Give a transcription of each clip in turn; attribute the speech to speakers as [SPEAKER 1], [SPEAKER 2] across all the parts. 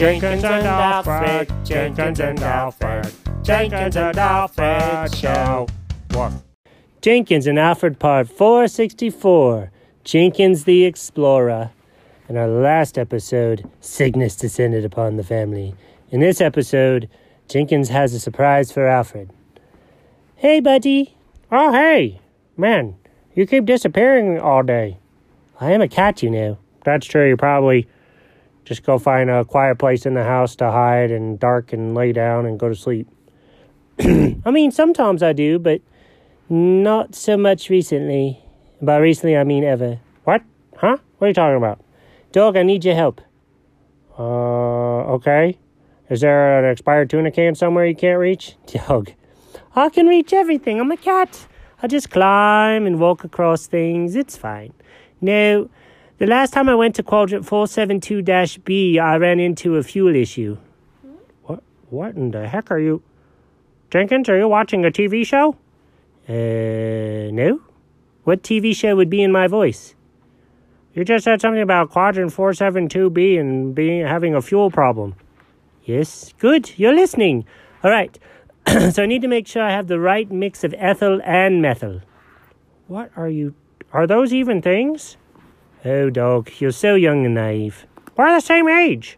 [SPEAKER 1] Jenkins and Alfred, Jenkins and Alfred, Jenkins and Alfred Show. What?
[SPEAKER 2] Jenkins and Alfred Part 464 Jenkins the Explorer. In our last episode, Cygnus descended upon the family. In this episode, Jenkins has a surprise for Alfred. Hey, buddy. Oh, hey. Man, you keep disappearing all day. I am a cat, you know. That's true. You probably just go find a quiet place in the house to hide and dark and lay down and go to sleep. I mean, sometimes I do, but not so much recently. By recently, I mean ever. What? Huh? What are you talking about? Dog, I need your help. Uh, okay. Is there an expired tuna can somewhere you can't reach? Dog, I can reach everything. I'm a cat. I just climb and walk across things. It's fine. No, the last time I went to quadrant 472 B, I ran into a fuel issue. What? What in the heck are you? Jenkins, are you watching a TV show? Uh, no. What TV show would be in my voice? You just said something about quadrant 472B and being having a fuel problem. Yes, good. You're listening. All right. so I need to make sure I have the right mix of ethyl and methyl. What are you? Are those even things? Oh, dog, you're so young and naive. We're the same age.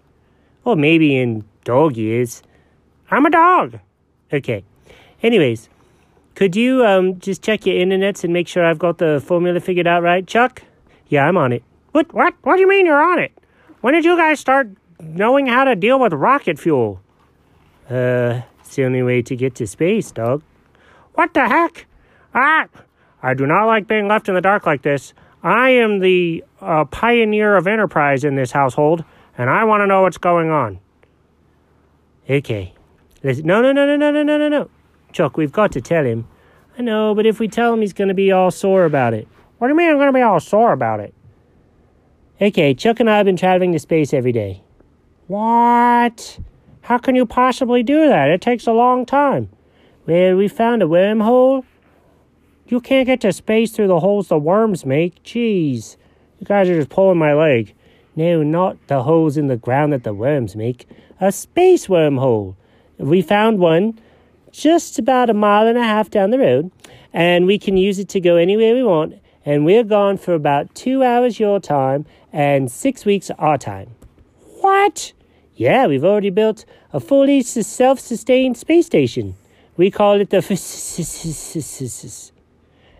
[SPEAKER 2] Well, maybe in dog years. I'm a dog. Okay. Anyways, could you um, just check your internets and make sure I've got the formula figured out right, Chuck? Yeah, I'm on it. What? What? What do you mean you're on it? When did you guys start knowing how to deal with rocket fuel? Uh, it's the only way to get to space, dog. What the heck? Ah, I do not like being left in the dark like this. I am the uh, pioneer of enterprise in this household, and I want to know what's going on. Okay. Listen, no, no, no, no, no, no, no, no, no. Chuck, we've got to tell him. I know, but if we tell him, he's going to be all sore about it. What do you mean I'm going to be all sore about it? Okay, Chuck and I have been traveling to space every day. What? How can you possibly do that? It takes a long time. Well, we found a wormhole. You can't get to space through the holes the worms make. Jeez. You guys are just pulling my leg. No, not the holes in the ground that the worms make. A space wormhole. We found one just about a mile and a half down the road, and we can use it to go anywhere we want. And we're gone for about two hours your time and six weeks our time. What? Yeah, we've already built a fully s- self sustained space station. We call it the. f- s- s- s- s- s- s-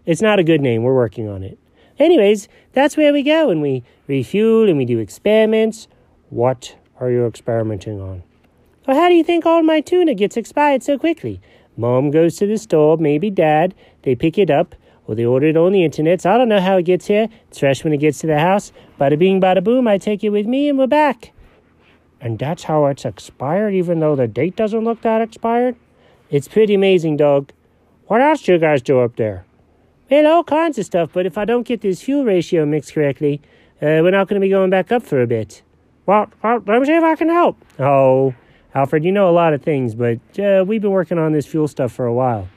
[SPEAKER 2] It's not a good name, we're working on it. Anyways, that's where we go and we refuel and we do experiments. What are you experimenting on? Well, how do you think all my tuna gets expired so quickly? Mom goes to the store, maybe dad, they pick it up, or they order it on the internet. So I don't know how it gets here. It's fresh when it gets to the house. Bada bing, bada boom, I take it with me and we're back. And that's how it's expired, even though the date doesn't look that expired? It's pretty amazing, dog. What else do you guys do up there? Well, all kinds of stuff, but if I don't get this fuel ratio mixed correctly, uh, we're not going to be going back up for a bit. Well, well, let me see if I can help. Oh, Alfred, you know a lot of things, but uh, we've been working on this fuel stuff for a while.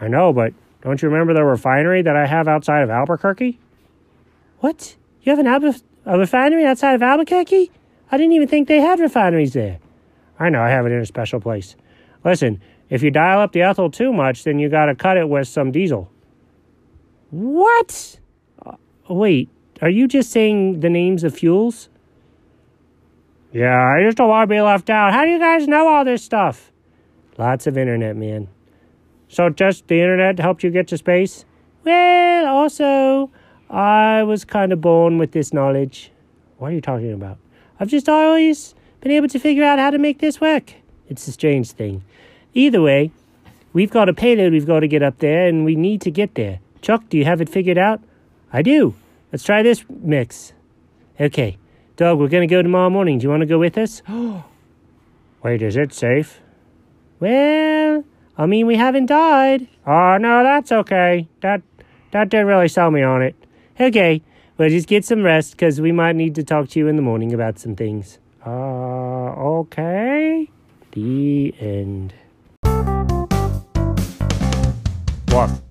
[SPEAKER 2] I know, but don't you remember the refinery that I have outside of Albuquerque? What? You have an Albu- a refinery outside of Albuquerque? I didn't even think they had refineries there. I know, I have it in a special place. Listen, if you dial up the ethyl too much, then you gotta cut it with some diesel. What? Uh, Wait, are you just saying the names of fuels? Yeah, I just don't want to be left out. How do you guys know all this stuff? Lots of internet, man. So just the internet helped you get to space? Well, also, I was kind of born with this knowledge. What are you talking about? I've just always been able to figure out how to make this work. It's a strange thing. Either way, we've got a payload we've got to get up there, and we need to get there. Chuck, do you have it figured out? I do. Let's try this mix. Okay. Dog, we're going to go tomorrow morning. Do you want to go with us? Wait, is it safe? Well, I mean, we haven't died. Oh, no, that's okay. That that didn't really sell me on it. Okay, well, just get some rest because we might need to talk to you in the morning about some things. Uh, okay. The end.
[SPEAKER 1] What?